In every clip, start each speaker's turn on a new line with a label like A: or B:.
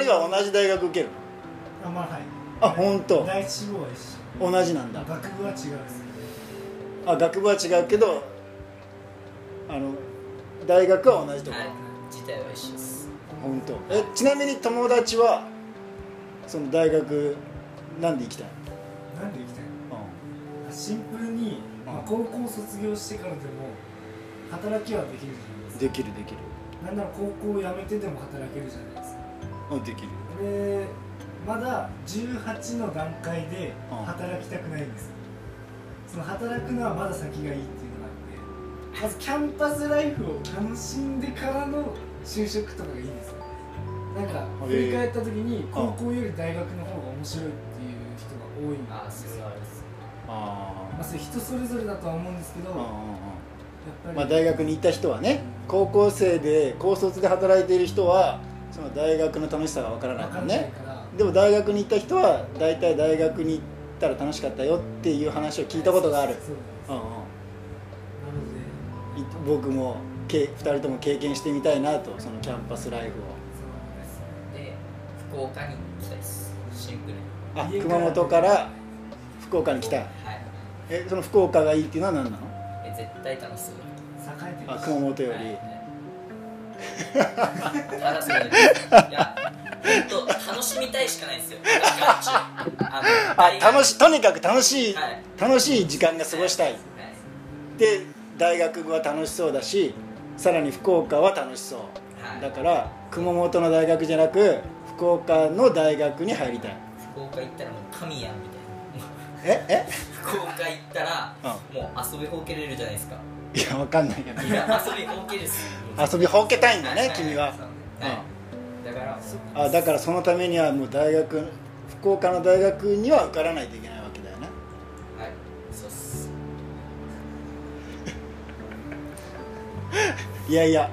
A: 人は同じ大学受ける
B: あまあはい
A: あ本当
B: 第一志望は一緒
A: 同じなんだ
B: 学部は違うです
A: あ学部は違うけどあの大学は同じとこ
C: はい自体は一緒です
A: 本当えちなみに友達はその大学なんで行きたい
B: なんで行きたいの
A: の、
B: シンプルに、まあ、高校卒業してからでも働きはできるじゃないです
A: できるできる
B: かなんなら高校を辞めてでも働けるじゃないですか
A: うんできる
B: でまだ18の段階で働きたくないんですよその働くのはまだ先がいいっていうのがあってまずキャンパスライフを楽しんでからの就職とかがいいんですよなんか
A: へ
B: 振
A: え
B: り返った時に高校より大学の方が面白いっていう人が多い
C: あ
B: んで
C: そ
B: す
C: れ
B: よ
C: はあれです
A: あ
B: まあそれ人それぞれだとは思うんですけど
A: あ、うんうん
B: やっぱ
A: うん
B: り、
A: まあ、大学に行った人はね高校生で高卒で働いている人はその大学の楽しさがわからない
B: わ
A: か
B: からんない
A: ね
B: から
A: でも大学に行った人は大体大学に行ったら楽しかったよっていう話を聞いたことがある、
B: そうなんです
A: うん
B: な
A: う
B: ので
A: ん、い僕もけ2人とも経験してみたいなとそのキャンパスライフを
B: そうなんです
C: で福岡に行きたいですシンプルに
A: あ
B: 家
A: 熊本から福岡に来たい
C: はい
A: えその福岡がいいっていうのは何なの
C: え絶対楽しそう
B: 栄えて
A: あ
B: るし
A: 熊本よ
C: はい
A: り
C: はいただそれいや本当楽しみたいしかないんですよ学中あの
A: あ
C: 大学
A: 楽しとにかく楽しい、
C: はい
A: 楽しい時間が過ごしたい
C: はい
A: で大学は楽しそうだしさらに福岡は楽しそう
C: はい
A: だから熊本の大学じゃなく福岡の大学に入りたい
C: 福岡行ったらもう神やんみたいな
A: ええ
C: 福岡行ったら
A: う
C: もう遊びほうけれるじゃないですか
A: いやわかんないけど
C: いや遊びほうけるっす
A: 遊びほうけたいんだね君は、
C: はいだから
A: うん、あだからそのためにはもう大学福岡の大学には受からないといけないわけだよね
C: はいそうっす
A: いやいや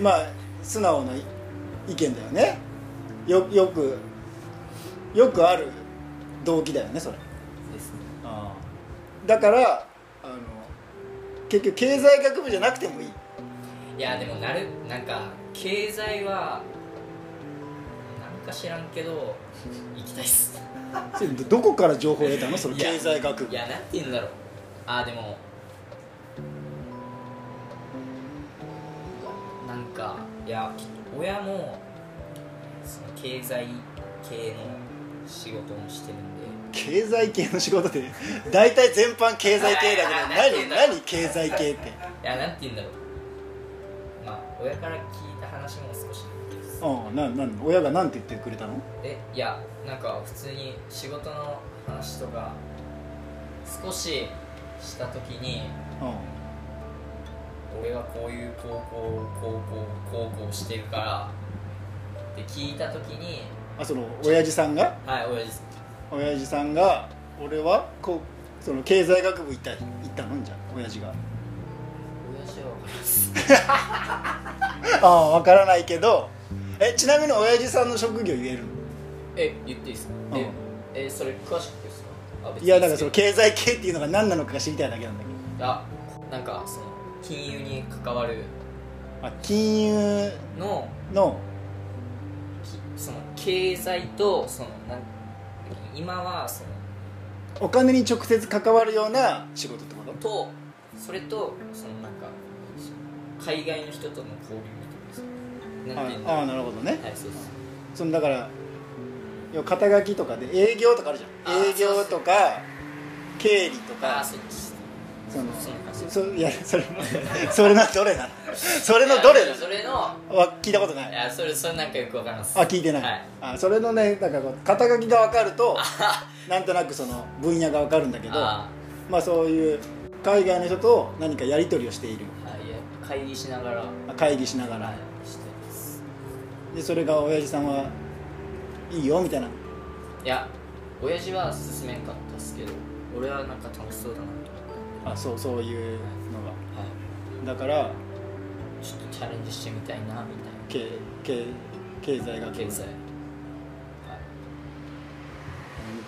A: まあ素直ない意見だよねよよくよくある動機だよねそれ
C: です
A: だからあの結局経済学部じゃなくてもいい
C: いやでもなるなんか経済はなんか知らんけど行きたいっす
A: それどどこから情報を得たのその経済学
C: い
A: 部
C: やなんて言うんだろうあーでもなんかいや親もその経済系の仕事もしてるんで
A: 経済系の仕事って大体全般経済系だ
C: あー
A: けど
C: なんて言うん
A: 何
C: だろう
A: 何経済系って
C: いやなんて言うんだろうまあ親から聞いた話も少しです
A: うんななん親が何て言ってくれたの
C: えいやなんか普通に仕事の話とか少しした時に
A: う
C: 俺はこういう高校高校高校してるからって聞いた時に
A: んあその親父さんが
C: はい親父
A: 親父さんが俺はこうその経済学部行った行ったのんじゃ親父が
C: 親父は分かります
A: ああ分からないけどえちなみに親父さんの職業言えるの
C: え言っていいですかえ
A: うん
C: えそれ詳しくですかあ別
A: い
C: に
A: やだからそ
C: い
A: の
C: いです
A: 経済系っていうのが何なのかが知りたいだけなんだけ
C: けどあなんかその金融に関わる
A: どあ金融
C: の
A: の
C: きその経済とそのなん今はその
A: お金に直接関わるような仕事ってこと
C: とそれとそのなんか海外の人との交流とかですなんていうんだろ
A: ああなるほどね
C: うはいそうです
A: そのだから要は肩書きとかで営業とかあるじゃん
C: あ
A: 営業とか経理と
C: ああ
A: か
C: そっち
A: その
C: そうか
A: そいやそれそれのどれなのそれのどれ
C: いや
A: な
C: それの
A: のわ聞いたことないい
C: やそれそれなんかよくわかります
A: あ聞いてない、
C: はい
A: あそれのねなんかこう肩書きが分かるとなんとなくその分野が分かるんだけど
C: あ
A: まあそういう海外の人と何かやり取りをしている
C: あはいいや会議しながらは
A: 会議しながら
C: いしてます
A: でそれが親父さんはいいよみたいない
C: や親父は勧めんかったっすけど俺はなんか楽しそうだなと思
A: あそうそういうのが
C: ってはい
A: だから
C: ちょっとチャレンジしてみたいなみたいな
A: 経経経済学部
C: 経済はい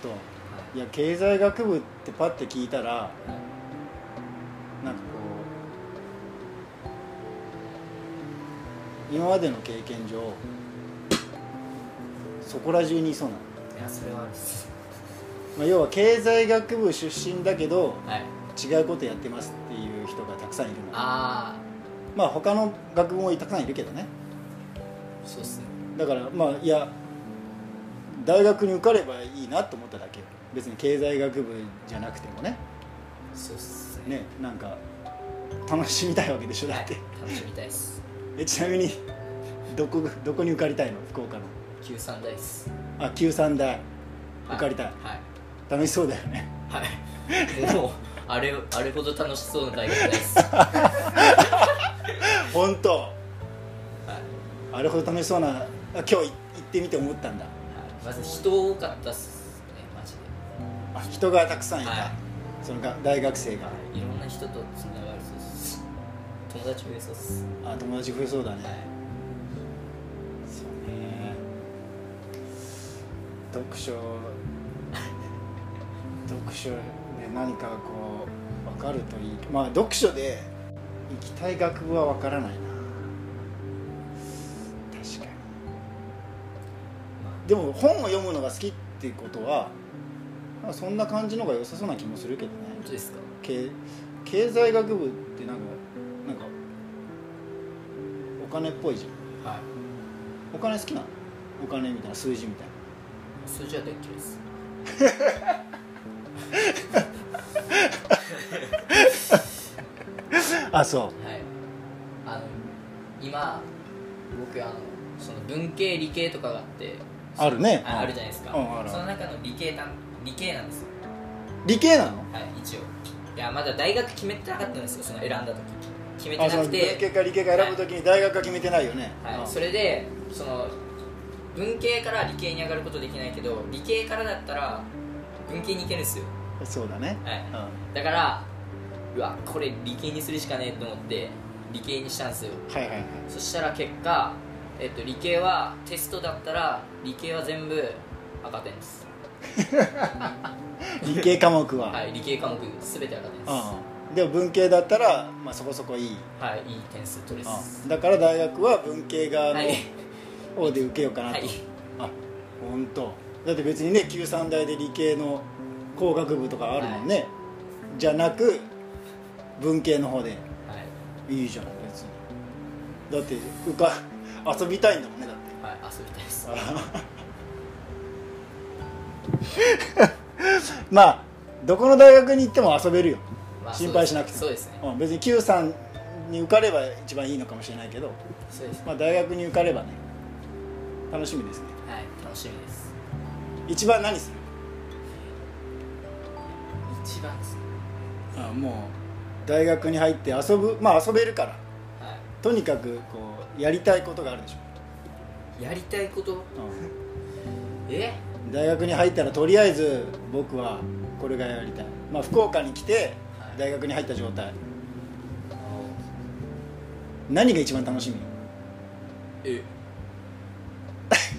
A: 本当いや経済学部ってパッて聞いたら
C: はい
A: なんかこう今までの経験上そこら中にいそうなの、
C: いやそれはあるっす
A: まあ、要は経済学部出身だけど
C: はい
A: 違うことやってますっていう人がたくさんいるの
C: あ
A: まあ他の学部もたくさんいるけどね
C: あそうっすね
A: だからまあいや大学に受かればいいなと思っただけ別に経済学部じゃなくてもね
C: そうっすね
A: ねなんか楽しみたいわけでしょだ
C: は
A: っ
C: い
A: て
C: 楽しみたいっす
A: えちなみにどこどこに受かりたいの福岡の
C: 九三大っす
A: あ九三大
C: は
A: 受かりたい
C: はい
A: 楽しそうだよね
C: はいでもあれあれほど楽しそうな大学ないっすは
A: 本当
C: い、はい、
A: あれほど楽しそうなあ今日い行ってみて思ったんだ
C: まず人多かったっすねマジ
A: あ人がたくさんいた、
C: はい
A: そのが大学生が
C: でいろんな人とつながるそうっす友達増えそうっす
A: あ友達増えそうだね、
C: はい
A: そうね読書読書で何かこう分かるといいまあ読書で行きたい学部は分からないな確かにでも本を読むのが好きっていうことはまあそんな感じのが良さそうな気もするけどね
C: 本当ですか
A: 経経済学部ってなんかなんかお金っぽいじゃん
C: はい
A: お金好きなのお金みたいな数字みたい
C: 数字は大嫌いです
A: なあそ
C: はいあの今僕あのその文系理系とかがあって
A: あるね
C: ああるじゃないですか、
A: うんあるある
C: その中の理系た理系なんですよ
A: 理系なの
C: はい一応いやまだ大学決めてなかったんですよその選んだ時決め
A: あ
C: て
A: そ
C: な
A: の
C: く
A: 文系
C: て
A: か理系か選ぶときに大学は決めてないよね、
C: はい、
A: あ
C: それでその文系から理系に上がることできないけど理系からだったら文系に行けるんですよ
A: そうだね、
C: はい
A: うん、は
C: だからうわこれ理系にするしかねえと思って理系にしたんですよ
A: いはい はい
C: そしたら結果、えっと、理系はテストだったら理系は全部赤点です
A: 理系科目は、
C: はい理系科目全て赤点ですは
A: うん、でも文系だったら、まあ、そこそこいい、
C: いいい点数取れます
A: うん、だから大学は文系側の
C: はい
A: 方で受けようかなと、
C: はい
A: あ本当。だって別にね九三大で理系の工学部とかあるもんね、じゃなく文系の方で
C: はい、
A: いいじゃん別にだってうか遊びたいんだもんねだって
C: はい、遊びた いです
A: まあどこの大学に行っても遊べるよ、
C: まあ
A: 心配しなくても
C: そうですね
A: うん、別に Q さんに受かれば一番いいのかもしれないけど、
C: そうですね
A: まあ、大学に受かればね楽しみですね
C: はい楽しみです
A: 一番何する
C: 一番ですね
A: あもう大学に入って遊ぶまあ遊べるから
C: は
A: とにかくこうやりたいことがあるでしょ、
C: いやりたいことえ
A: 大学に入ったらとりあえず僕はこれがやりたい、まあ、福岡に来て
C: はい
A: 大学に入った状態
C: あの
A: 何が一番楽しみ
C: え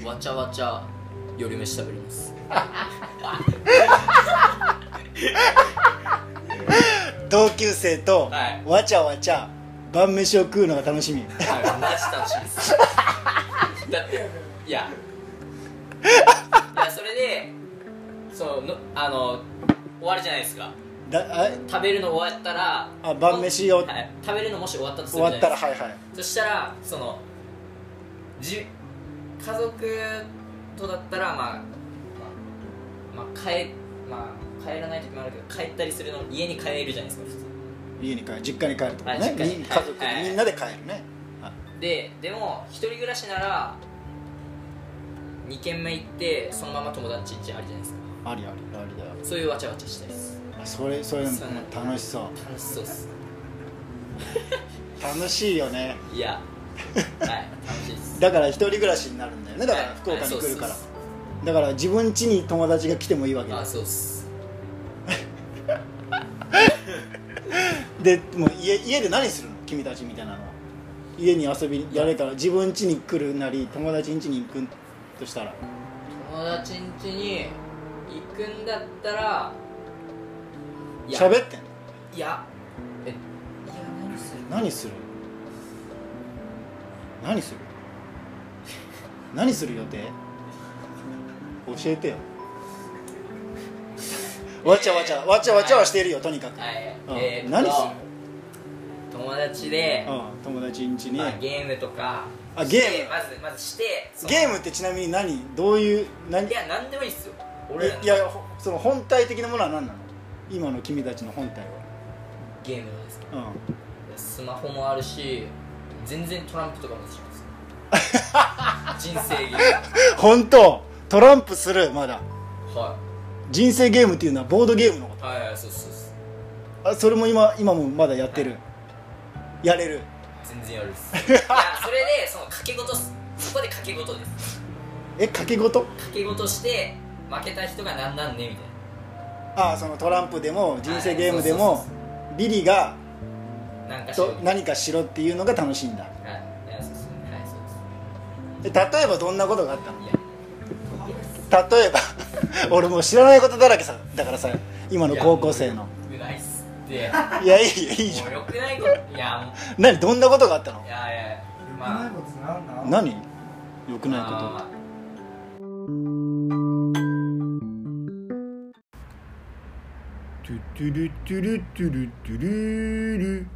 C: わちゃわちゃ夜飯食べれます
A: 同級生と
C: はい
A: わちゃわちゃ晩飯を食うのが楽しみ
C: はい、マジ楽しいですだってい やいやそれでそうのあの終わるじゃないですか
A: だあ
C: 食べるの終わったら
A: あ晩飯を
C: はい、食べるのもし終わったとす
A: 終
C: るじゃ
A: わ
C: な
A: っ
C: い
A: た
C: ですから
A: はいはい
C: そしたらそのじ家族とだったらまあまあ、まあ、帰まあ帰らない時もあるけど帰ったりするの家に帰るじゃないですか普通
A: 家に帰る実家に帰るとか
C: は
A: ね
C: い実家に
A: み家族
C: はい
A: みんなで帰るねはい
C: ででも一人暮らしなら2軒目行ってそのまま友達ん家あるじゃないですか
A: ありありありだよ
C: そういうわちゃわちゃしたいです
A: あそれそれ
C: そうなんだ
A: 楽しそう
C: 楽しそうっす
A: 楽しいよね
C: いやはい楽しいっす
A: だから一人暮らしになるんだよねだから
C: はい
A: 福岡に来るから、
C: はいそうっす
A: だから自分家に友達が来てもいいわけ
C: あ
A: だ
C: そうっす
A: でもう家家で何するの君たちみたいなのは家に遊び誰か自分家に来るなり友達ん家に行くとしたら
C: 友達ん家に行くんだったらいや
A: 喋ってんの
C: いやえいや何する
A: 何する何する何する予定教えてよわちゃわちゃわちゃわちゃはしてるよとにかく、
C: はい、
A: うん
C: えーっと
A: 何する
C: 友達で、
A: うん、友達ん家に、
C: まあ、ゲームとか
A: あゲーム
C: してまずまずしてその
A: ゲームってちなみに何どういう何
C: いや何でもいいっすよ俺らの
A: いやほその本体的なものは何なの今の君たちの本体
C: ゲームなんですけど
A: は、
C: スマホもあるし全然トランプとかもします 人生ゲー
A: うん、本当トランプするまだ
C: ムは
A: 人生ゲームっていうのはボードゲームのこ
C: いはいはいそうそうそう
A: とあそれも今今もまだやってる、やれる
C: 全然やるっ すいやそれでその賭け事っすそこで賭け事です
A: え賭け事
C: 賭け事して負けた人がなんなんねみたい
A: ああそのトランプでも人生ゲームで
C: はい
A: も
C: そうそ
A: ビリが
C: ななんかしよう
A: と何かしろっていうのが楽しいんだ
C: はいいやそうそうはいそうです
A: え例えばどんなことがあったの
C: いや
A: 例えば 俺もう知らないことだらけさだからさ今の高校生の
C: うないっすって
A: いやいいよいいじゃ
C: も
A: ん
C: うよくないこといやも
A: 何どんなことがあったの
C: ういやいや
B: よく
C: ま
B: な
C: あ
B: いことなんだ
A: 何良くないこと
C: あ
A: トゥトゥルトゥルトゥルトゥルル